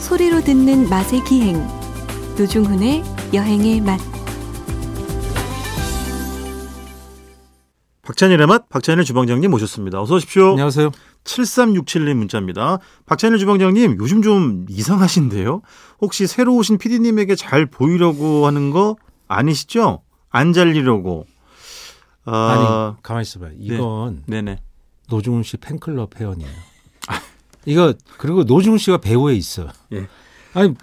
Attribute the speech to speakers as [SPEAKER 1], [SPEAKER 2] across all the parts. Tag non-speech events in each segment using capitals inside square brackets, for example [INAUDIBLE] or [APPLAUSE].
[SPEAKER 1] 소리로 듣는 맛의 기행 노중훈의 여행의 맛
[SPEAKER 2] 박찬일의 맛, 박찬일 주방장님 모셨습니다. 어서 오십시오.
[SPEAKER 3] 안녕하세요.
[SPEAKER 2] 7367님 문자입니다. 박찬일 주방장님, 요즘 좀 이상하신데요? 혹시 새로 오신 PD님에게 잘 보이려고 하는 거 아니시죠? 안 잘리려고. 아,
[SPEAKER 3] 아니 가만 있어봐요. 이건
[SPEAKER 2] 네네.
[SPEAKER 3] 노중훈 씨 팬클럽 회원이에요. 이거 그리고 노중훈 씨가 배우에 있어.
[SPEAKER 2] 예.
[SPEAKER 3] 아니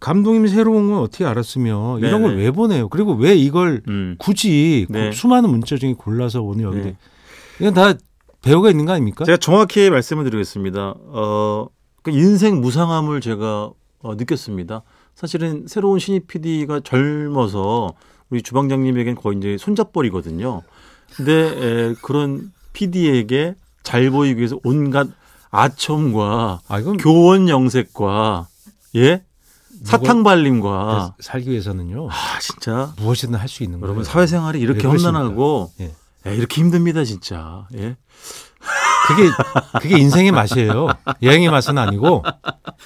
[SPEAKER 3] 감독님이 새로 운 건 어떻게 알았으며 이런
[SPEAKER 2] 네,
[SPEAKER 3] 걸
[SPEAKER 2] 네.
[SPEAKER 3] 왜 보내요? 그리고 왜 이걸
[SPEAKER 2] 음.
[SPEAKER 3] 굳이
[SPEAKER 2] 네.
[SPEAKER 3] 그 수많은 문자 중에 골라서 오늘 여기
[SPEAKER 2] 네.
[SPEAKER 3] 데 이건 다 배우가 있는 거 아닙니까?
[SPEAKER 2] 제가 정확히 말씀을 드리겠습니다. 어, 그 인생 무상함을 제가 어, 느꼈습니다. 사실은 새로운 신입 PD가 젊어서 우리 주방장님에겐 거의 이제 손잡벌이거든요. 근데 에, 그런 PD에게 잘 보이기 위해서 온갖 아첨과
[SPEAKER 3] 아 이건
[SPEAKER 2] 교원 영색과 예 사탕
[SPEAKER 3] 그래서
[SPEAKER 2] 발림과
[SPEAKER 3] 살기 위해서는요
[SPEAKER 2] 아 진짜
[SPEAKER 3] 무엇이든 할 수 있는
[SPEAKER 2] 아.
[SPEAKER 3] 거예요.
[SPEAKER 2] 여러분 사회생활이 이렇게
[SPEAKER 3] 왜 그러십니까?
[SPEAKER 2] 험난하고
[SPEAKER 3] 예.
[SPEAKER 2] 에, 이렇게 힘듭니다 진짜 예
[SPEAKER 3] 그게 그게 인생의 맛이에요. 여행의 맛은 아니고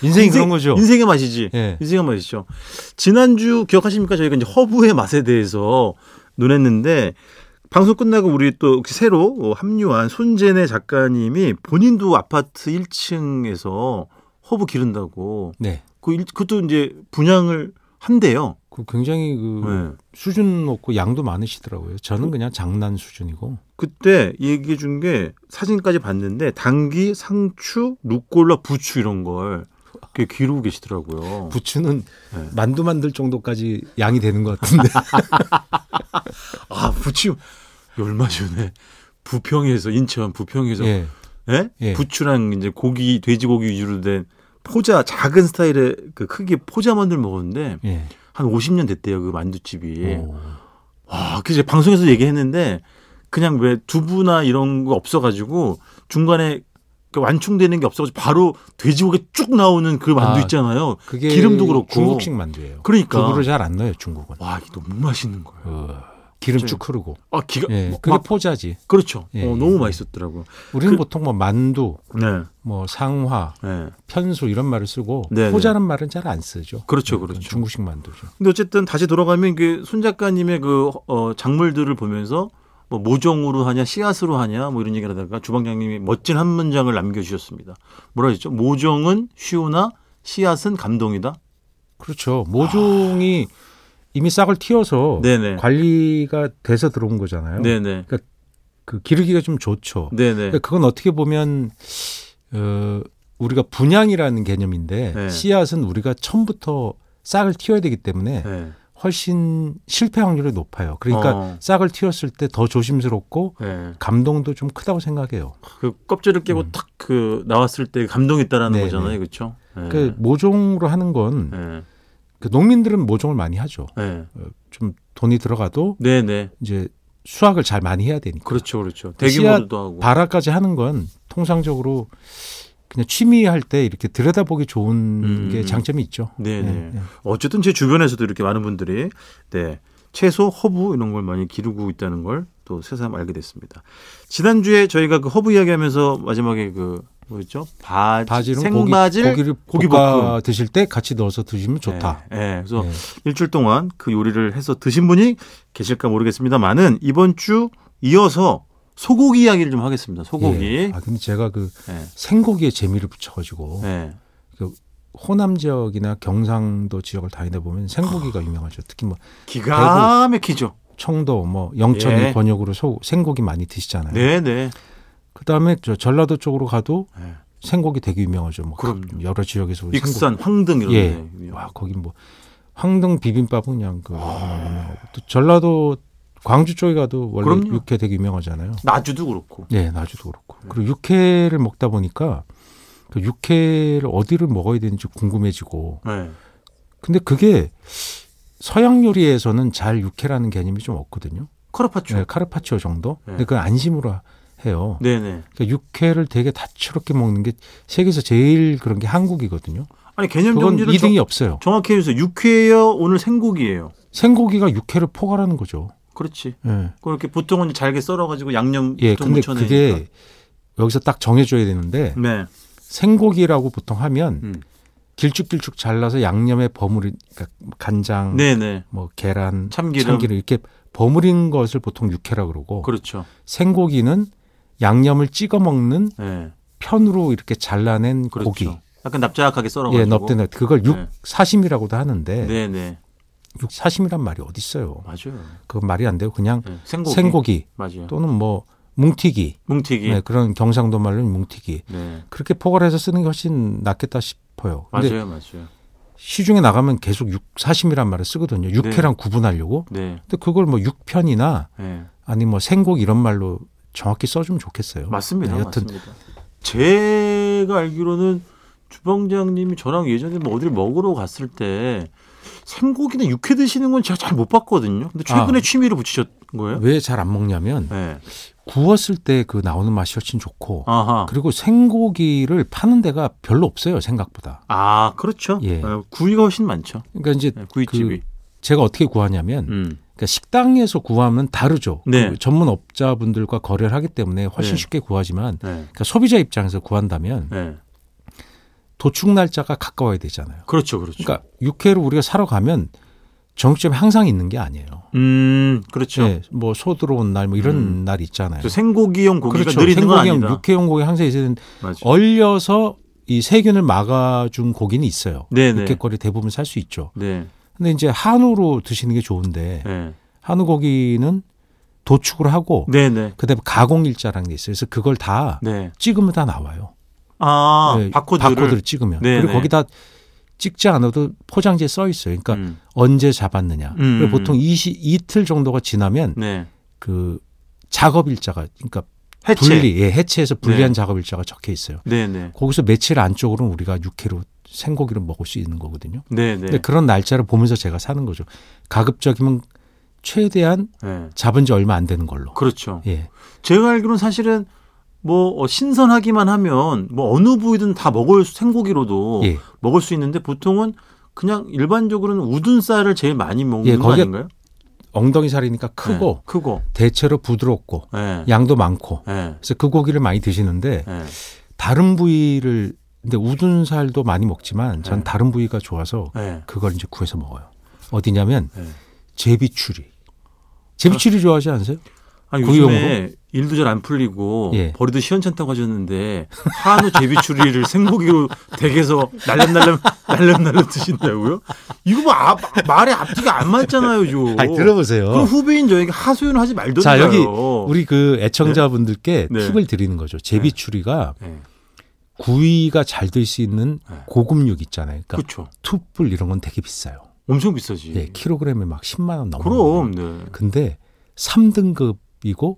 [SPEAKER 3] 인생이 그런 거죠.
[SPEAKER 2] 인생의 맛이지.
[SPEAKER 3] 예.
[SPEAKER 2] 인생의 맛이죠. 지난주 기억하십니까? 저희가 이제 허브의 맛에 대해서 논했는데 방송 끝나고 우리 또 새로 합류한 손재네 작가님이 본인도 아파트 1층에서 허브 기른다고
[SPEAKER 3] 네.
[SPEAKER 2] 그 일- 그것도 이제 분양을 한대요.
[SPEAKER 3] 그 굉장히 그
[SPEAKER 2] 네.
[SPEAKER 3] 수준 높고 양도 많으시더라고요. 저는 그냥 장난 수준이고.
[SPEAKER 2] 그때 얘기해 준 게 사진까지 봤는데 당귀, 상추, 루꼴라, 부추 이런 걸 이렇게 기르고 계시더라고요.
[SPEAKER 3] 부추는
[SPEAKER 2] 네.
[SPEAKER 3] 만두 만들 정도까지 양이 되는 것
[SPEAKER 2] [LAUGHS]
[SPEAKER 3] 같은데.
[SPEAKER 2] 아 부추 얼마 전에 부평에서 인천 부평에서 예.
[SPEAKER 3] 예. 예.
[SPEAKER 2] 부추랑 이제 고기 돼지고기 위주로 된 포자 작은 스타일의 그 크기 포자 만두를 먹었는데
[SPEAKER 3] 예. 어.
[SPEAKER 2] 한 50년 됐대요 그 만두집이
[SPEAKER 3] 오.
[SPEAKER 2] 와 그래서 방송에서 얘기했는데 그냥 왜 두부나 이런 거 없어가지고 중간에 그 완충되는 게 없어가지고 바로 돼지고기 쭉 나오는 그 만두
[SPEAKER 3] 아,
[SPEAKER 2] 있잖아요
[SPEAKER 3] 그게
[SPEAKER 2] 기름도 그렇고.
[SPEAKER 3] 중국식 만두예요.
[SPEAKER 2] 그러니까.
[SPEAKER 3] 두부를 잘 안 넣어요, 중국은.
[SPEAKER 2] 와 이게 너무 맛있는 거예요
[SPEAKER 3] 어, 기름
[SPEAKER 2] 진짜요?
[SPEAKER 3] 쭉 흐르고.
[SPEAKER 2] 아 기가
[SPEAKER 3] 예.
[SPEAKER 2] 막-
[SPEAKER 3] 그게
[SPEAKER 2] 막-
[SPEAKER 3] 포자지.
[SPEAKER 2] 그렇죠
[SPEAKER 3] 예,
[SPEAKER 2] 어,
[SPEAKER 3] 예.
[SPEAKER 2] 너무 맛있었더라고요
[SPEAKER 3] 우리는
[SPEAKER 2] 그-
[SPEAKER 3] 보통 뭐 만두,
[SPEAKER 2] 네
[SPEAKER 3] 뭐 상화,
[SPEAKER 2] 네.
[SPEAKER 3] 편수 이런 말을 쓰고
[SPEAKER 2] 네, 네.
[SPEAKER 3] 포자란 말은 잘 안 쓰죠.
[SPEAKER 2] 그렇죠,
[SPEAKER 3] 그건
[SPEAKER 2] 그렇죠.
[SPEAKER 3] 중국식 만두죠.
[SPEAKER 2] 근데 어쨌든 다시 돌아가면 그 손 작가님의 그 어, 작물들을 보면서 뭐 모종으로 하냐 씨앗으로 하냐 뭐 이런 얘기를 하다가 주방장님이 멋진 한 문장을 남겨주셨습니다. 뭐라 했죠? 모종은 쉬우나 씨앗은 감동이다.
[SPEAKER 3] 그렇죠. 모종이 이미 싹을 틔어서
[SPEAKER 2] 아. 네네.
[SPEAKER 3] 관리가 돼서 들어온 거잖아요.
[SPEAKER 2] 네네.
[SPEAKER 3] 그 기르기가 좀 좋죠.
[SPEAKER 2] 네네.
[SPEAKER 3] 그러니까 그건 어떻게 보면 어, 우리가 분양이라는 개념인데
[SPEAKER 2] 네.
[SPEAKER 3] 씨앗은 우리가 처음부터 싹을 틔워야 되기 때문에
[SPEAKER 2] 네.
[SPEAKER 3] 훨씬 실패 확률이 높아요. 그러니까
[SPEAKER 2] 어.
[SPEAKER 3] 싹을 틔웠을 때 더 조심스럽고
[SPEAKER 2] 네.
[SPEAKER 3] 감동도 좀 크다고 생각해요.
[SPEAKER 2] 그 껍질을 깨고 탁 그 나왔을 때 감동이 있다라는
[SPEAKER 3] 음. 네네.
[SPEAKER 2] 거잖아요, 그렇죠? 네.
[SPEAKER 3] 그 모종으로 하는 건
[SPEAKER 2] 네.
[SPEAKER 3] 그 농민들은 모종을 많이 하죠. 어,
[SPEAKER 2] 네.
[SPEAKER 3] 좀 돈이 들어가도
[SPEAKER 2] 네네.
[SPEAKER 3] 이제 수확을 잘 많이 해야 되니까.
[SPEAKER 2] 그렇죠, 그렇죠.
[SPEAKER 3] 그 씨앗
[SPEAKER 2] 대규모도 하고.
[SPEAKER 3] 발화까지 하는 건 통상적으로 그냥 취미할 때 이렇게 들여다보기 좋은
[SPEAKER 2] 음.
[SPEAKER 3] 게 장점이 있죠.
[SPEAKER 2] 네네.
[SPEAKER 3] 예, 예.
[SPEAKER 2] 어쨌든 제 주변에서도 이렇게 많은 분들이 네, 채소, 허브 이런 걸 많이 기르고 있다는 걸 또 새삼 알게 됐습니다. 지난주에 저희가 그 허브 이야기하면서 마지막에 그 뭐였죠? 바,
[SPEAKER 3] 바지는
[SPEAKER 2] 생바질
[SPEAKER 3] 고기, 를
[SPEAKER 2] 고기
[SPEAKER 3] 고기
[SPEAKER 2] 볶음.
[SPEAKER 3] 볶아 드실 때 같이 넣어서 드시면 좋다.
[SPEAKER 2] 예, 예. 그래서
[SPEAKER 3] 예.
[SPEAKER 2] 일주일 동안 그 요리를 해서 드신 분이 계실까 모르겠습니다만은 이번 주 이어서 소고기 이야기를 좀 하겠습니다. 소고기.
[SPEAKER 3] 예. 아 근데 제가 그
[SPEAKER 2] 예.
[SPEAKER 3] 생고기에 재미를 붙여가지고
[SPEAKER 2] 예.
[SPEAKER 3] 호남 지역이나 경상도 지역을 다니다 보면
[SPEAKER 2] 아.
[SPEAKER 3] 생고기가 유명하죠. 특히 뭐
[SPEAKER 2] 기가 막히죠.
[SPEAKER 3] 청도, 뭐 영천
[SPEAKER 2] 예.
[SPEAKER 3] 이 권역으로 소, 생고기 많이 드시잖아요.
[SPEAKER 2] 네, 네.
[SPEAKER 3] 그다음에 저 전라도 쪽으로 가도
[SPEAKER 2] 예.
[SPEAKER 3] 생고기 되게 유명하죠. 뭐 각-
[SPEAKER 2] 그럼요.
[SPEAKER 3] 여러 지역에서 우리 생고기
[SPEAKER 2] 익산, 황등 이런
[SPEAKER 3] 예.
[SPEAKER 2] 데.
[SPEAKER 3] 와, 거기 뭐 황등 비빔밥은 그냥 그 유명하고 또 전라도 광주 쪽에 가도 원래
[SPEAKER 2] 아. 그럼요.
[SPEAKER 3] 육회 되게 유명하잖아요.
[SPEAKER 2] 나주도 그렇고.
[SPEAKER 3] 예, 나주도 그렇고.
[SPEAKER 2] 네.
[SPEAKER 3] 그리고 육회를 먹다 보니까 그 육회를 어디를 먹어야 되는지 궁금해지고.
[SPEAKER 2] 예.
[SPEAKER 3] 근데 그게 서양 요리에서는 잘 육회라는 개념이 좀 없거든요.
[SPEAKER 2] 카르파초.
[SPEAKER 3] 예, 카르파치오 정도.
[SPEAKER 2] 네.
[SPEAKER 3] 근데 그건 안심으로 해요.
[SPEAKER 2] 네네.
[SPEAKER 3] 그러니까 육회를 되게 다채롭게 먹는 게 세계에서 제일 그런 게 한국이거든요.
[SPEAKER 2] 아니 개념
[SPEAKER 3] 그건
[SPEAKER 2] 정리를 정-
[SPEAKER 3] 이등이 없어요.
[SPEAKER 2] 정확히 해주세요. 육회예요. 오늘 생고기예요.
[SPEAKER 3] 생고기가 육회를 포괄하는 거죠.
[SPEAKER 2] 그렇지.
[SPEAKER 3] 예.
[SPEAKER 2] 그렇게 보통은 이제 잘게 썰어가지고 양념
[SPEAKER 3] 예,
[SPEAKER 2] 좀
[SPEAKER 3] 근데
[SPEAKER 2] 묻혀내니까.
[SPEAKER 3] 그게 여기서 딱 정해줘야 되는데
[SPEAKER 2] 네.
[SPEAKER 3] 생고기라고 보통 하면
[SPEAKER 2] 음.
[SPEAKER 3] 길쭉길쭉 잘라서 양념에 버무린 그러니까 간장,
[SPEAKER 2] 네네.
[SPEAKER 3] 뭐 계란,
[SPEAKER 2] 참기름.
[SPEAKER 3] 참기름 이렇게 버무린 것을 보통 육회라 그러고
[SPEAKER 2] 그렇죠.
[SPEAKER 3] 생고기는 양념을 찍어 먹는
[SPEAKER 2] 네.
[SPEAKER 3] 편으로 이렇게 잘라낸
[SPEAKER 2] 그렇죠.
[SPEAKER 3] 고기.
[SPEAKER 2] 약간 납작하게 썰어가지고.
[SPEAKER 3] 예, 넙대넙 그걸
[SPEAKER 2] 네.
[SPEAKER 3] 육사심이라고도 하는데
[SPEAKER 2] 네네.
[SPEAKER 3] 육사심이란 말이 어디 있어요?
[SPEAKER 2] 맞아요.
[SPEAKER 3] 그건 말이 안 돼요. 그냥
[SPEAKER 2] 네.
[SPEAKER 3] 생고기,
[SPEAKER 2] 생고기. 맞아요.
[SPEAKER 3] 또는 뭐 뭉튀기.
[SPEAKER 2] 뭉튀기.
[SPEAKER 3] 네,
[SPEAKER 2] 네.
[SPEAKER 3] 그런 경상도 말로는 뭉튀기. 그렇게 포괄해서 쓰는 게 훨씬 낫겠다 싶어요. 근데
[SPEAKER 2] 맞아요, 맞아요.
[SPEAKER 3] 시중에 나가면 계속 육사심이란 말을 쓰거든요. 육회랑 구분하려고.
[SPEAKER 2] 네.
[SPEAKER 3] 근데 그걸 뭐 육편이나
[SPEAKER 2] 네.
[SPEAKER 3] 아니 뭐 생곡 이런 말로 정확히 써주면 좋겠어요.
[SPEAKER 2] 맞습니다.
[SPEAKER 3] 네, 여튼
[SPEAKER 2] 맞습니다. 제가 알기로는 주방장님이 저랑 예전에 뭐 어딜 먹으러 갔을 때 생고기나 육회 드시는 건 제가 잘 못 봤거든요. 근데 최근에
[SPEAKER 3] 아. 그
[SPEAKER 2] 취미로 붙이셨 거예요?
[SPEAKER 3] 왜 잘 안 먹냐면
[SPEAKER 2] 네.
[SPEAKER 3] 구웠을 때 그 나오는 맛이 훨씬 좋고
[SPEAKER 2] 아하.
[SPEAKER 3] 그리고 생고기를 파는 데가 별로 없어요 생각보다.
[SPEAKER 2] 아, 그렇죠.
[SPEAKER 3] 예.
[SPEAKER 2] 어, 구이가 훨씬 많죠.
[SPEAKER 3] 그러니까 이제
[SPEAKER 2] 네, 구이집이.
[SPEAKER 3] 제가 어떻게 구하냐면
[SPEAKER 2] 음.
[SPEAKER 3] 그러니까 식당에서 구하면 다르죠.
[SPEAKER 2] 네.
[SPEAKER 3] 그 전문업자분들과 거래를 하기 때문에 훨씬
[SPEAKER 2] 네.
[SPEAKER 3] 쉽게 구하지만
[SPEAKER 2] 네.
[SPEAKER 3] 그러니까 소비자 입장에서 구한다면
[SPEAKER 2] 네.
[SPEAKER 3] 도축 날짜가 가까워야 되잖아요.
[SPEAKER 2] 그렇죠, 그렇죠.
[SPEAKER 3] 그러니까 육회를 우리가 사러 가면 정육점에 항상 있는 게 아니에요.
[SPEAKER 2] 음, 그렇죠.
[SPEAKER 3] 예, 뭐소 들어온 날 뭐 이런
[SPEAKER 2] 음.
[SPEAKER 3] 날 있잖아요.
[SPEAKER 2] 저 생고기용 고기가
[SPEAKER 3] 그렇죠.
[SPEAKER 2] 느리는 건
[SPEAKER 3] 생고기랑
[SPEAKER 2] 아니다.
[SPEAKER 3] 육회용 어, 고기 항상 있는
[SPEAKER 2] 맞아요.
[SPEAKER 3] 얼려서 이 세균을 막아준 고기는 있어요.
[SPEAKER 2] 네네.
[SPEAKER 3] 육회거리 대부분 살 수 있죠.
[SPEAKER 2] 네.
[SPEAKER 3] 근데 이제 한우로 드시는 게 좋은데
[SPEAKER 2] 네.
[SPEAKER 3] 한우 고기는 도축을 하고
[SPEAKER 2] 네, 네.
[SPEAKER 3] 그다음에 가공 일자라는 게 있어요. 그래서 그걸 다
[SPEAKER 2] 네.
[SPEAKER 3] 찍으면 다 나와요.
[SPEAKER 2] 아,
[SPEAKER 3] 네,
[SPEAKER 2] 바코드를.
[SPEAKER 3] 바코드를 찍으면
[SPEAKER 2] 네,
[SPEAKER 3] 그리고
[SPEAKER 2] 네.
[SPEAKER 3] 거기다 찍지 않아도 포장지에 써 있어요. 그러니까
[SPEAKER 2] 음.
[SPEAKER 3] 언제 잡았느냐.
[SPEAKER 2] 음,
[SPEAKER 3] 그리고
[SPEAKER 2] 음.
[SPEAKER 3] 보통 이 이틀 정도가 지나면
[SPEAKER 2] 네.
[SPEAKER 3] 그 작업 일자가 그러니까
[SPEAKER 2] 해체.
[SPEAKER 3] 분리, 예, 해체해서 분리한
[SPEAKER 2] 네.
[SPEAKER 3] 작업 일자가 적혀 있어요.
[SPEAKER 2] 네네.
[SPEAKER 3] 거기서 며칠 안쪽으로는 우리가 육회로 생고기를 먹을 수 있는 거거든요.
[SPEAKER 2] 네네.
[SPEAKER 3] 근데 그런 날짜를 보면서 제가 사는 거죠. 가급적이면 최대한
[SPEAKER 2] 네.
[SPEAKER 3] 잡은 지 얼마 안 되는 걸로.
[SPEAKER 2] 그렇죠.
[SPEAKER 3] 예.
[SPEAKER 2] 제가 알기로는 사실은 뭐 어, 신선하기만 하면 뭐 어느 부위든 다 먹을 수- 생고기로도
[SPEAKER 3] 예.
[SPEAKER 2] 먹을 수 있는데 보통은 그냥 일반적으로는 우둔 쌀을 제일 많이 먹는
[SPEAKER 3] 예,
[SPEAKER 2] 거
[SPEAKER 3] 거기에
[SPEAKER 2] 아닌가요?
[SPEAKER 3] 엉덩이 살이니까 크고
[SPEAKER 2] 네, 크고.
[SPEAKER 3] 대체로 부드럽고
[SPEAKER 2] 예.
[SPEAKER 3] 양도 많고.
[SPEAKER 2] 예.
[SPEAKER 3] 그래서 그 고기를 많이 드시는데
[SPEAKER 2] 예.
[SPEAKER 3] 다른 부위를 근데 우둔살도 많이 먹지만 전
[SPEAKER 2] 네.
[SPEAKER 3] 다른 부위가 좋아서
[SPEAKER 2] 예.
[SPEAKER 3] 그걸 이제 구해서 먹어요. 어디냐면
[SPEAKER 2] 예.
[SPEAKER 3] 제비추리. 제비추리 좋아하지 않으세요?
[SPEAKER 2] 아니,
[SPEAKER 3] 구이용으로?
[SPEAKER 2] 요즘에 일도 잘 안 풀리고
[SPEAKER 3] 예.
[SPEAKER 2] 버리도 시원찮다고 하셨는데 한우 제비추리를 [LAUGHS] 생고기로 댁에서 날름날름 [LAUGHS] 날름날름 드신다고요? 이거 뭐 아, 말에 앞뒤가 안 맞잖아요, 요.
[SPEAKER 3] 아니, 들어보세요.
[SPEAKER 2] 그럼 후배인 저에게 하소연을 하지 말던가요.
[SPEAKER 3] 그러니까. 자 여기 우리 그 애청자분들께
[SPEAKER 2] 네.
[SPEAKER 3] 팁을 드리는 거죠. 제비추리가
[SPEAKER 2] 네.
[SPEAKER 3] 구이가 잘 될 수 있는
[SPEAKER 2] 네.
[SPEAKER 3] 고급육 있잖아요. 그러니까
[SPEAKER 2] 그렇죠.
[SPEAKER 3] 투뿔 이런 건 되게 비싸요.
[SPEAKER 2] 엄청 비싸지.
[SPEAKER 3] 예, 음. 킬로그램에 막 10만 원 넘어.
[SPEAKER 2] 그럼 네.
[SPEAKER 3] 근데 3등급이고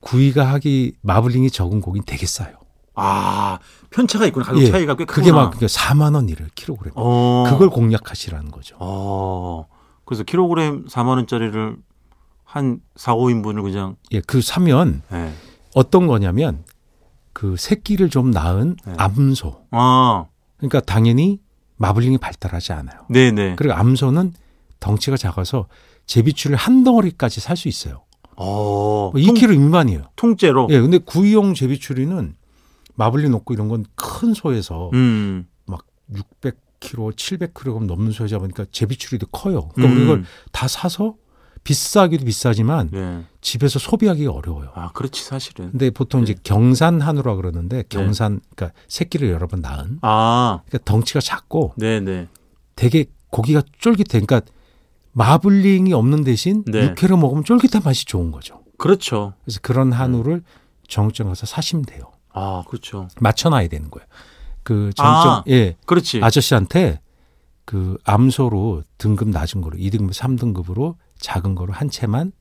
[SPEAKER 3] 구이가 하기 마블링이 적은 고기는 되게 싸요.
[SPEAKER 2] 아 편차가 있구나 가격
[SPEAKER 3] 예,
[SPEAKER 2] 차이가 꽤 크구나.
[SPEAKER 3] 그게 막 4만 원이래요. 킬로그램.
[SPEAKER 2] 어.
[SPEAKER 3] 그걸 공략하시라는 거죠.
[SPEAKER 2] 어. 그래서 킬로그램 4만 원짜리를 한 4, 5인분을 그냥
[SPEAKER 3] 예, 그 사면
[SPEAKER 2] 예.
[SPEAKER 3] 어떤 거냐면 그 새끼를 좀 낳은
[SPEAKER 2] 네.
[SPEAKER 3] 암소.
[SPEAKER 2] 아.
[SPEAKER 3] 그러니까 당연히 마블링이 발달하지 않아요.
[SPEAKER 2] 네, 네.
[SPEAKER 3] 그리고 암소는 덩치가 작아서 제비추를 한 덩어리까지 살 수 있어요.
[SPEAKER 2] 어.
[SPEAKER 3] 뭐 2kg 미만이에요.
[SPEAKER 2] 통,째로
[SPEAKER 3] 예, 근데 구이용 제비추리는 마블링 놓고 이런 건 큰 소에서
[SPEAKER 2] 음.
[SPEAKER 3] 600kg, 700kg 넘는 소에 잡으니까 제비추리도 커요. 그러니까
[SPEAKER 2] 음.
[SPEAKER 3] 우리 이걸 다 사서 비싸기도 비싸지만
[SPEAKER 2] 네.
[SPEAKER 3] 집에서 소비하기가 어려워요.
[SPEAKER 2] 아 그렇지 사실은.
[SPEAKER 3] 근데 보통 이제
[SPEAKER 2] 네.
[SPEAKER 3] 경산 한우라 그러는데 경산 그러니까 새끼를 여러 번 낳은
[SPEAKER 2] 아.
[SPEAKER 3] 그러니까 덩치가 작고
[SPEAKER 2] 네, 네.
[SPEAKER 3] 되게 고기가 쫄깃해. 그러니까 마블링이 없는 대신
[SPEAKER 2] 네.
[SPEAKER 3] 육회로 먹으면 쫄깃한 맛이 좋은 거죠.
[SPEAKER 2] 그렇죠.
[SPEAKER 3] 그래서 그런 한우를 정육점 가서 사시면 돼요.
[SPEAKER 2] 아 그렇죠.
[SPEAKER 3] 맞춰놔야 되는 거예요. 그 정육점
[SPEAKER 2] 아.
[SPEAKER 3] 예
[SPEAKER 2] 그렇지.
[SPEAKER 3] 아저씨한테 그 암소로 등급 낮은 거로 2등급, 3등급으로 작은 거로 한 채만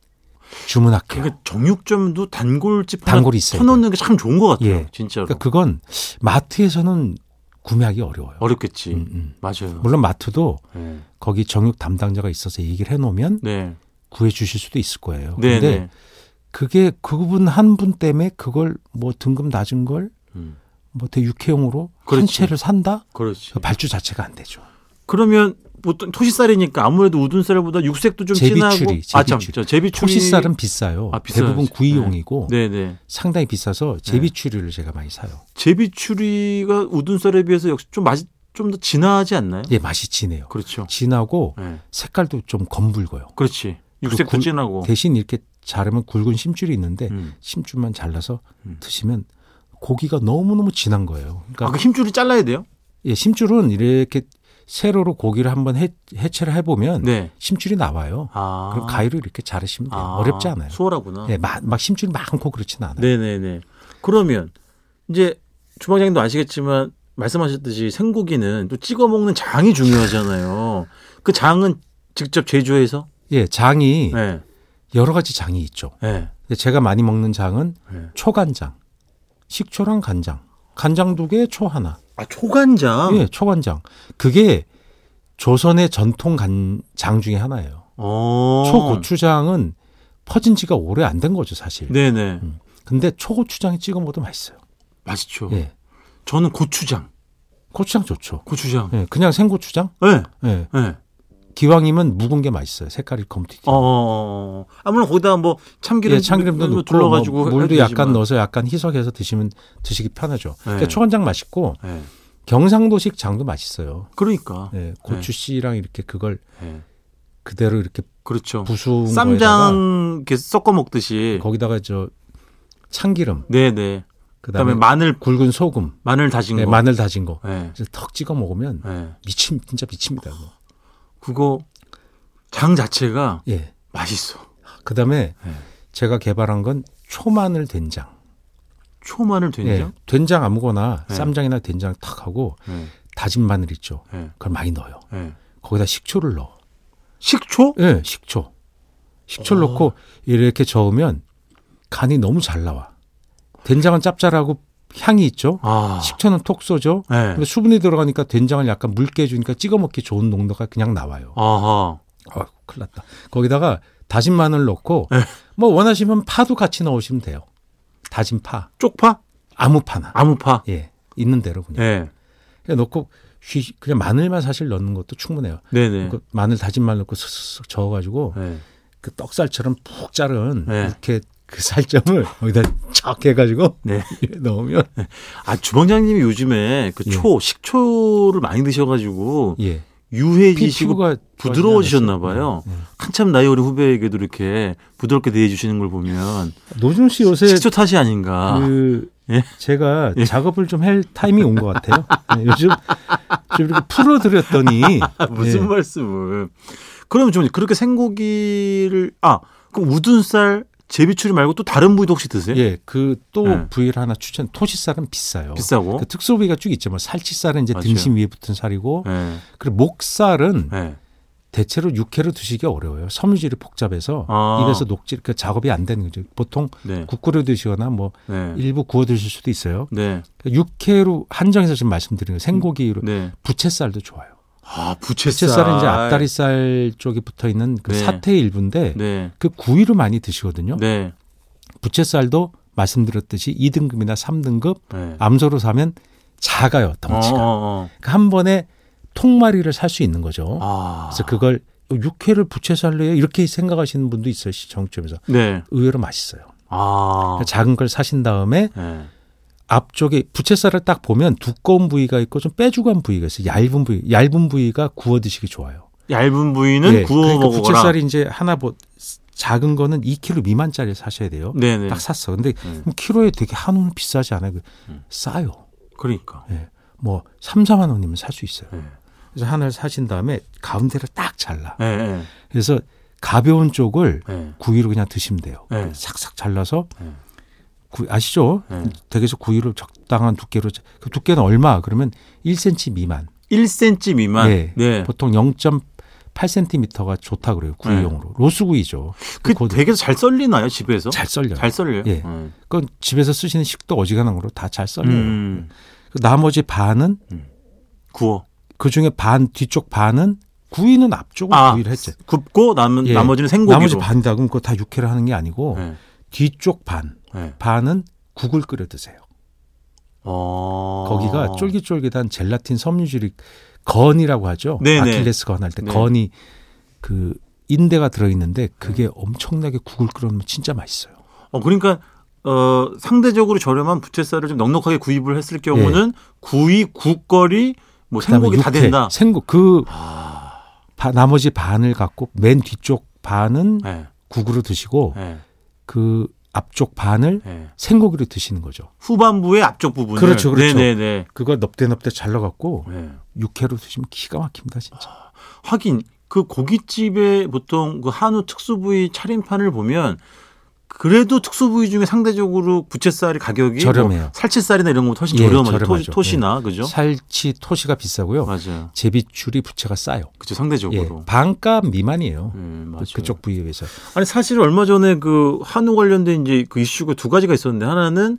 [SPEAKER 3] 주문할게요.
[SPEAKER 2] 그러니까 정육점도 단골집 하나
[SPEAKER 3] 아. 단골이 있어요.
[SPEAKER 2] 터놓는 게 참 좋은 것 같아요.
[SPEAKER 3] 예.
[SPEAKER 2] 진짜로.
[SPEAKER 3] 그러니까 그건 마트에서는 구매하기 어려워요.
[SPEAKER 2] 어렵겠지.
[SPEAKER 3] 음, 음.
[SPEAKER 2] 맞아요.
[SPEAKER 3] 물론 마트도
[SPEAKER 2] 네.
[SPEAKER 3] 거기 정육 담당자가 있어서 얘기를 해놓으면
[SPEAKER 2] 네.
[SPEAKER 3] 구해 주실 수도 있을 거예요.
[SPEAKER 2] 네.
[SPEAKER 3] 근데
[SPEAKER 2] 네.
[SPEAKER 3] 그게 그분 한 분 때문에 그걸 뭐 등급 낮은 걸뭐
[SPEAKER 2] 음,
[SPEAKER 3] 대육회용으로 한
[SPEAKER 2] 그렇지.
[SPEAKER 3] 채를 산다?
[SPEAKER 2] 그렇지.
[SPEAKER 3] 그 발주 자체가 안 되죠.
[SPEAKER 2] 그러면 보통 토시살이니까 아무래도 우둔살보다 육색도 좀 진하고
[SPEAKER 3] 제비추리,
[SPEAKER 2] 아, 참,
[SPEAKER 3] 제비추리.
[SPEAKER 2] 저 제비추리.
[SPEAKER 3] 토시살은 뭐. 비싸요.
[SPEAKER 2] 아, 비싸요.
[SPEAKER 3] 대부분 구이용이고
[SPEAKER 2] 네, 네.
[SPEAKER 3] 상당히 비싸서 제비추리를 제가 많이 사요.
[SPEAKER 2] 제비추리가 우둔살에 비해서 역시 좀 맛이 좀 더 진하지 않나요?
[SPEAKER 3] 예, 맛이 진해요.
[SPEAKER 2] 그렇죠.
[SPEAKER 3] 진하고
[SPEAKER 2] 예.
[SPEAKER 3] 색깔도 좀 검붉어요.
[SPEAKER 2] 그렇지. 육색도
[SPEAKER 3] 굴-
[SPEAKER 2] 진하고.
[SPEAKER 3] 대신 이렇게 자르면 굵은 심줄이 있는데
[SPEAKER 2] 음.
[SPEAKER 3] 심줄만 잘라서
[SPEAKER 2] 음.
[SPEAKER 3] 드시면 고기가 너무너무 진한 거예요. 그러니까
[SPEAKER 2] 아, 그 힘줄이 잘라야 돼요?
[SPEAKER 3] 예, 심줄은 이렇게 세로로 고기를 한번 해, 해체를 해보면
[SPEAKER 2] 네.
[SPEAKER 3] 심줄이 나와요.
[SPEAKER 2] 아.
[SPEAKER 3] 그럼 가위로 이렇게 자르시면 돼요.
[SPEAKER 2] 아,
[SPEAKER 3] 어렵지 않아요.
[SPEAKER 2] 수월하구나.
[SPEAKER 3] 예, 막, 막 심줄이 많고 그렇진 않아요.
[SPEAKER 2] 네네네. 그러면 이제 주방장님도 아시겠지만 말씀하셨듯이 생고기는 또 찍어 먹는 장이 중요하잖아요. 그 장은 직접 제조해서?
[SPEAKER 3] 예, 장이
[SPEAKER 2] 네.
[SPEAKER 3] 여러 가지 장이 있죠.
[SPEAKER 2] 네.
[SPEAKER 3] 근데 제가 많이 먹는 장은
[SPEAKER 2] 네.
[SPEAKER 3] 초간장, 식초랑 간장, 간장 두 개, 초 하나.
[SPEAKER 2] 아 초간장.
[SPEAKER 3] 예, 초간장. 그게 조선의 전통 간장 중에 하나예요.
[SPEAKER 2] 어.
[SPEAKER 3] 초고추장은 퍼진 지가 오래 안 된 거죠, 사실.
[SPEAKER 2] 네네.
[SPEAKER 3] 음. 근데 초고추장에 찍어 먹어도 맛있어요.
[SPEAKER 2] 맛있죠.
[SPEAKER 3] 예.
[SPEAKER 2] 저는 고추장.
[SPEAKER 3] 고추장 좋죠.
[SPEAKER 2] 고추장.
[SPEAKER 3] 예, 그냥 생고추장?
[SPEAKER 2] 네. 네.
[SPEAKER 3] 예. 기왕이면 묵은 게 맛있어요. 색깔이 검티게.
[SPEAKER 2] 어, 어, 어. 아무나 거기다 뭐 참기름
[SPEAKER 3] 예, 참기름도
[SPEAKER 2] 뭐
[SPEAKER 3] 넣고
[SPEAKER 2] 둘러가지고
[SPEAKER 3] 뭐
[SPEAKER 2] 해도
[SPEAKER 3] 물도
[SPEAKER 2] 되지만.
[SPEAKER 3] 약간 넣어서 약간 희석해서 드시면 드시기 편하죠. 그러니까
[SPEAKER 2] 네.
[SPEAKER 3] 초간장 맛있고
[SPEAKER 2] 네.
[SPEAKER 3] 경상도식 장도 맛있어요.
[SPEAKER 2] 그러니까. 네.
[SPEAKER 3] 예, 고추씨랑 이렇게 그걸
[SPEAKER 2] 예.
[SPEAKER 3] 그대로 이렇게
[SPEAKER 2] 그렇죠.
[SPEAKER 3] 부수운 거에다가
[SPEAKER 2] 쌈장 이렇게 섞어 먹듯이.
[SPEAKER 3] 거기다가 저 참기름,
[SPEAKER 2] 네네. 그다음에
[SPEAKER 3] 그다음에,
[SPEAKER 2] 마늘
[SPEAKER 3] 굵은 소금,
[SPEAKER 2] 마늘 다진
[SPEAKER 3] 예,
[SPEAKER 2] 거.
[SPEAKER 3] 마늘 다진 거.
[SPEAKER 2] 예.
[SPEAKER 3] 그래서 턱 찍어 먹으면
[SPEAKER 2] 예.
[SPEAKER 3] 미침 진짜 미칩니다. 그거.
[SPEAKER 2] 그거 장 자체가
[SPEAKER 3] 예.
[SPEAKER 2] 맛있어.
[SPEAKER 3] 그다음에
[SPEAKER 2] 예.
[SPEAKER 3] 제가 개발한 건 초마늘 된장.
[SPEAKER 2] 초마늘 된장.
[SPEAKER 3] 예, 된장 아무거나
[SPEAKER 2] 네.
[SPEAKER 3] 쌈장이나 된장 탁 하고
[SPEAKER 2] 예.
[SPEAKER 3] 다진 마늘 있죠.
[SPEAKER 2] 예.
[SPEAKER 3] 그걸 많이 넣어요.
[SPEAKER 2] 예.
[SPEAKER 3] 거기다 식초를 넣어.
[SPEAKER 2] 식초?
[SPEAKER 3] 예, 식초. 식초를
[SPEAKER 2] 어.
[SPEAKER 3] 넣고 이렇게 저으면 간이 너무 잘 나와. 된장은 짭짤하고 향이 있죠.
[SPEAKER 2] 아.
[SPEAKER 3] 식초는 톡 쏘죠.
[SPEAKER 2] 예.
[SPEAKER 3] 근데 수분이 들어가니까 된장을 약간 묽게 해주니까 찍어 먹기 좋은 농도가 그냥 나와요.
[SPEAKER 2] 아하.
[SPEAKER 3] 아, 큰일 났다. 거기다가 다진 마늘 넣고
[SPEAKER 2] 예.
[SPEAKER 3] 뭐 원하시면 파도 같이 넣으시면 돼요. 다진 파,
[SPEAKER 2] 쪽파?
[SPEAKER 3] 아무 파나.
[SPEAKER 2] 아무파.
[SPEAKER 3] 예, 있는 대로 그냥.
[SPEAKER 2] 예.
[SPEAKER 3] 그냥 넣고 쉬- 그냥 마늘만 사실 넣는 것도 충분해요.
[SPEAKER 2] 네네.
[SPEAKER 3] 그 마늘 다진 마늘 넣고 슥슥 저어가지고
[SPEAKER 2] 예.
[SPEAKER 3] 그 떡살처럼 푹 자른
[SPEAKER 2] 네.
[SPEAKER 3] 이렇게 그 살점을 [LAUGHS] 거기다 쫙 해가지고 [LAUGHS]
[SPEAKER 2] 네.
[SPEAKER 3] 입에 넣으면
[SPEAKER 2] 아 주방장님이 요즘에
[SPEAKER 3] 예.
[SPEAKER 2] 그 초 식초를 많이 드셔가지고
[SPEAKER 3] 예
[SPEAKER 2] 유해지시고 부드러워지셨나
[SPEAKER 3] 좋아지지 않았어요. 예.
[SPEAKER 2] 봐요. 한참 나이 어린 후배에게도 이렇게 부드럽게 대해주시는 걸 보면
[SPEAKER 3] 예. 노준 씨 요새
[SPEAKER 2] 식초 탓이 아닌가.
[SPEAKER 3] 그
[SPEAKER 2] 예?
[SPEAKER 3] 제가
[SPEAKER 2] [LAUGHS] 예.
[SPEAKER 3] 작업을 좀 할 타이밍이 온 것 같아요. 네, 요즘 좀 이렇게 풀어드렸더니
[SPEAKER 2] [LAUGHS] 아, 무슨
[SPEAKER 3] 예.
[SPEAKER 2] 말씀을? 그럼 좀 그렇게 생고기를 아 그럼 우둔살 제비추리 말고 또 다른 부위도 혹시 드세요?
[SPEAKER 3] 예, 그 또
[SPEAKER 2] 예.
[SPEAKER 3] 부위를 하나 추천. 토시살은 비싸요.
[SPEAKER 2] 비싸고.
[SPEAKER 3] 그 특수 부위가 쭉 있죠. 뭐 살치살은 이제
[SPEAKER 2] 맞아요.
[SPEAKER 3] 등심 위에 붙은 살이고
[SPEAKER 2] 예.
[SPEAKER 3] 그리고 목살은
[SPEAKER 2] 예.
[SPEAKER 3] 대체로 육회로 드시기 어려워요. 섬유질이 복잡해서
[SPEAKER 2] 아.
[SPEAKER 3] 입에서 녹질 그 작업이 안 되는 거죠. 보통
[SPEAKER 2] 네.
[SPEAKER 3] 국 끓여 드시거나 뭐
[SPEAKER 2] 네.
[SPEAKER 3] 일부 구워 드실 수도 있어요. 그러니까
[SPEAKER 2] 네.
[SPEAKER 3] 육회로 한정해서 지금 말씀드리는 거예요. 생고기로
[SPEAKER 2] 네.
[SPEAKER 3] 부채살도 좋아요.
[SPEAKER 2] 아 부채살.
[SPEAKER 3] 부채살은 이제 앞다리살 쪽에 붙어 있는 그
[SPEAKER 2] 네.
[SPEAKER 3] 사태의 일부인데
[SPEAKER 2] 네.
[SPEAKER 3] 그 구이로 많이 드시거든요.
[SPEAKER 2] 네.
[SPEAKER 3] 부채살도 말씀드렸듯이 2등급이나 3등급
[SPEAKER 2] 네.
[SPEAKER 3] 암소로 사면 작아요 아, 덩치가.
[SPEAKER 2] 어, 어, 어.
[SPEAKER 3] 그러니까 한 번에 통마리를 살 수 있는 거죠.
[SPEAKER 2] 아.
[SPEAKER 3] 그래서 그걸 육회를 부채살로 해요 이렇게 생각하시는 분도 있어요 시청점에서
[SPEAKER 2] 네.
[SPEAKER 3] 의외로 맛있어요.
[SPEAKER 2] 아.
[SPEAKER 3] 그 그러니까 작은 걸 사신 다음에
[SPEAKER 2] 네.
[SPEAKER 3] 앞쪽에 부채살을 딱 보면 두꺼운 부위가 있고 좀 빼주간 부위가 있어요. 얇은 부위, 얇은 부위가 구워 드시기 좋아요.
[SPEAKER 2] 얇은 부위는
[SPEAKER 3] 예,
[SPEAKER 2] 구워
[SPEAKER 3] 그러니까
[SPEAKER 2] 먹어라.
[SPEAKER 3] 부채살이 이제 하나 뭐 작은 거는 2kg 미만짜리 사셔야 돼요.
[SPEAKER 2] 네네.
[SPEAKER 3] 딱 샀어. 근데
[SPEAKER 2] 네. 음.
[SPEAKER 3] 뭐 키로에 되게 한우는 비싸지 않아요. 그 싸요.
[SPEAKER 2] 그러니까.
[SPEAKER 3] 예. 뭐 3, 4만 원이면 살 수 있어요.
[SPEAKER 2] 예.
[SPEAKER 3] 그래서 하나를 사신 다음에 가운데를 딱 잘라.
[SPEAKER 2] 예. 예.
[SPEAKER 3] 그래서 가벼운 쪽을
[SPEAKER 2] 예.
[SPEAKER 3] 구이로 그냥 드시면 돼요.
[SPEAKER 2] 네.
[SPEAKER 3] 싹싹 잘라서
[SPEAKER 2] 네.
[SPEAKER 3] 구- 아시죠?
[SPEAKER 2] 네.
[SPEAKER 3] 댁에서 구이를 적당한 두께로 자- 그 두께는 얼마? 그러면 1cm 미만.
[SPEAKER 2] 1cm 미만.
[SPEAKER 3] 예.
[SPEAKER 2] 네.
[SPEAKER 3] 보통 0.8cm가 좋다 그래요. 구이용으로.
[SPEAKER 2] 네.
[SPEAKER 3] 로스구이죠.
[SPEAKER 2] 그
[SPEAKER 3] 그거
[SPEAKER 2] 되게 잘 썰리나요 집에서?
[SPEAKER 3] 잘 썰려요.
[SPEAKER 2] 그렇죠? 잘 썰려요.
[SPEAKER 3] 예.
[SPEAKER 2] 음.
[SPEAKER 3] 그건 집에서 쓰시는 식도 어지간한 걸로 다 잘 썰려요.
[SPEAKER 2] 음.
[SPEAKER 3] 그 나머지 반은
[SPEAKER 2] 구워.
[SPEAKER 3] 그 중에 반 뒤쪽 반은 구이는 앞쪽으로
[SPEAKER 2] 아,
[SPEAKER 3] 구이를 어, 그 했죠.
[SPEAKER 2] 굽고 남,
[SPEAKER 3] 예.
[SPEAKER 2] 나머지는 생고기로.
[SPEAKER 3] 나머지 반이다 그럼 그거 다 육회를 하는 게 아니고
[SPEAKER 2] 예.
[SPEAKER 3] 뒤쪽 반
[SPEAKER 2] 예.
[SPEAKER 3] 반은 국을 끓여 드세요.
[SPEAKER 2] 어.
[SPEAKER 3] 거기가 쫄깃쫄깃한 젤라틴 섬유질이 건이라고 하죠.
[SPEAKER 2] 네네.
[SPEAKER 3] 아킬레스 건 할 때
[SPEAKER 2] 네.
[SPEAKER 3] 건이 그 인대가 들어 있는데 그게
[SPEAKER 2] 음.
[SPEAKER 3] 엄청나게 국을 끓여놓으면 진짜 맛있어요.
[SPEAKER 2] 어 그러니까 어 상대적으로 저렴한 부채살을 좀 넉넉하게 구입을 했을 경우는 구이, 국거리, 뭐
[SPEAKER 3] 예. 그다음에
[SPEAKER 2] 생목이 다
[SPEAKER 3] 육회,
[SPEAKER 2] 된다.
[SPEAKER 3] 생국 그
[SPEAKER 2] 아,
[SPEAKER 3] 바- 나머지 반을 갖고 맨 뒤쪽 반은
[SPEAKER 2] 예,
[SPEAKER 3] 국으로 드시고
[SPEAKER 2] 예,
[SPEAKER 3] 그 앞쪽 반을
[SPEAKER 2] 예.
[SPEAKER 3] 생고기로 드시는 거죠.
[SPEAKER 2] 후반부의 앞쪽 부분을
[SPEAKER 3] 그렇죠, 그렇죠.
[SPEAKER 2] 네네네.
[SPEAKER 3] 그거 넙대넙대 잘라갖고
[SPEAKER 2] 예.
[SPEAKER 3] 육회로 드시면 기가 막힙니다, 진짜.
[SPEAKER 2] 아, 하긴 그 고깃집에 보통 그 한우 특수 부위 차림판을 보면 그래도 특수 부위 중에 상대적으로 부채살이 가격이
[SPEAKER 3] 저렴해요.
[SPEAKER 2] 뭐 살치살이나 이런 것보다 훨씬
[SPEAKER 3] 예,
[SPEAKER 2] 저렴하죠. 토시,
[SPEAKER 3] 저렴하죠. 예.
[SPEAKER 2] 토시나 그죠?
[SPEAKER 3] 살치 토시가 비싸고요.
[SPEAKER 2] 맞아요.
[SPEAKER 3] 제비추리 부채가 싸요.
[SPEAKER 2] 그죠
[SPEAKER 3] 예,
[SPEAKER 2] 상대적으로.
[SPEAKER 3] 반값 미만이에요.
[SPEAKER 2] 음, 맞아요.
[SPEAKER 3] 예. 그쪽 부위에 비해서.
[SPEAKER 2] 아니 사실 얼마 전에 그 한우 관련된 이제 그 이슈가 두 가지가 있었는데 하나는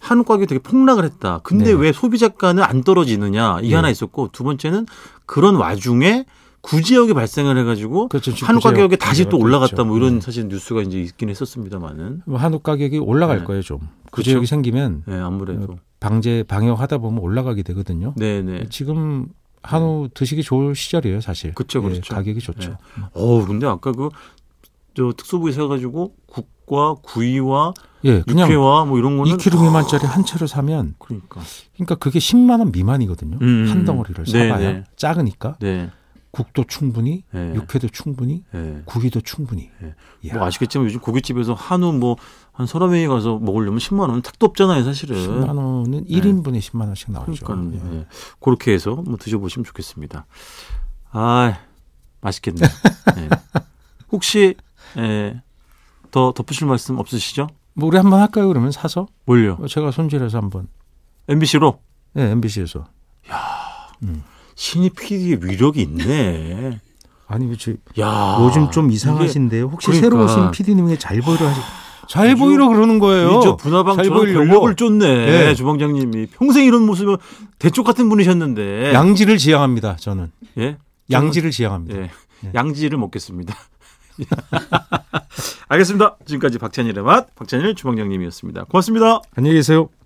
[SPEAKER 2] 한우 가격이 되게 폭락을 했다. 근데
[SPEAKER 3] 네.
[SPEAKER 2] 왜 소비자가는 안 떨어지느냐 이게
[SPEAKER 3] 예.
[SPEAKER 2] 하나 있었고 두 번째는 그런 와중에 구제역이 발생을 해가지고
[SPEAKER 3] 그렇죠. 지금
[SPEAKER 2] 한우
[SPEAKER 3] 구제역
[SPEAKER 2] 가격이 다시 또
[SPEAKER 3] 문제가
[SPEAKER 2] 올라갔다
[SPEAKER 3] 있죠.
[SPEAKER 2] 뭐 이런
[SPEAKER 3] 네.
[SPEAKER 2] 사실 뉴스가 이제 있긴 했었습니다만은
[SPEAKER 3] 한우 가격이 올라갈
[SPEAKER 2] 네.
[SPEAKER 3] 거예요, 좀.
[SPEAKER 2] 그렇죠.
[SPEAKER 3] 구제역이 생기면
[SPEAKER 2] 예
[SPEAKER 3] 음.
[SPEAKER 2] 아무래도
[SPEAKER 3] 방제 방역하다 보면 올라가게 되거든요.
[SPEAKER 2] 네네
[SPEAKER 3] 그렇죠. 지금 한우 드시기 좋을 시절이에요, 사실.
[SPEAKER 2] 그쵸,
[SPEAKER 3] 예,
[SPEAKER 2] 그렇죠.
[SPEAKER 3] 가격이 좋죠.
[SPEAKER 2] 어 근데 아까 그 저 특수부위 사가지고 국과 구이와
[SPEAKER 3] 예, 그냥
[SPEAKER 2] 육회와 뭐 이런 거는
[SPEAKER 3] 2kg 미만짜리 한 채를 사면
[SPEAKER 2] 그러니까
[SPEAKER 3] 그러니까 그게 10만 원 미만이거든요.
[SPEAKER 2] 음,
[SPEAKER 3] 한 덩어리를
[SPEAKER 2] 네,
[SPEAKER 3] 사봐야
[SPEAKER 2] 네.
[SPEAKER 3] 작으니까
[SPEAKER 2] 네
[SPEAKER 3] 국도 충분히,
[SPEAKER 2] 예.
[SPEAKER 3] 육회도 충분히,
[SPEAKER 2] 예.
[SPEAKER 3] 구이도 충분히.
[SPEAKER 2] 네.
[SPEAKER 3] 이야,
[SPEAKER 2] 뭐 아시겠지만 요즘 고깃집에서 한우 뭐 한 서너 명이 가서 먹으려면 10만 원 택도 없잖아요, 사실은.
[SPEAKER 3] 10만 원은 1인분에 10만 원씩 나오죠.
[SPEAKER 2] 네. 그러니까
[SPEAKER 3] 예.
[SPEAKER 2] 예. 그렇게 해서 뭐 드셔보시면 좋겠습니다. 아 맛있겠네요.
[SPEAKER 3] [LAUGHS]
[SPEAKER 2] 예. 혹시 예, 더 덧붙일 말씀 없으시죠?
[SPEAKER 3] 뭐 우리 한번 할까요? 그러면 사서
[SPEAKER 2] 뭘요?
[SPEAKER 3] 제가 손질해서 한번
[SPEAKER 2] MBC로
[SPEAKER 3] 예, MBC에서
[SPEAKER 2] 신이 PD의 위력이 있네.
[SPEAKER 3] 아니 그치
[SPEAKER 2] 야
[SPEAKER 3] 요즘 좀
[SPEAKER 2] 이게
[SPEAKER 3] 이상하신데요. 혹시
[SPEAKER 2] 그러니까.
[SPEAKER 3] 새로 오신 PD님이 잘 보이려 하시 잘 보이려 그러는 거예요.
[SPEAKER 2] 이저 분화방처럼 권력을 쫓네
[SPEAKER 3] 예.
[SPEAKER 2] 주방장님이 평생 이런 모습은 대쪽 같은 분이셨는데
[SPEAKER 3] 양지를 지향합니다. 저는
[SPEAKER 2] 예?
[SPEAKER 3] 양지를 지향합니다.
[SPEAKER 2] 예. 양지를 먹겠습니다. [LAUGHS] 알겠습니다. 지금까지 박찬일의 맛, 박찬일 주방장님이었습니다. 고맙습니다.
[SPEAKER 3] 안녕히 계세요.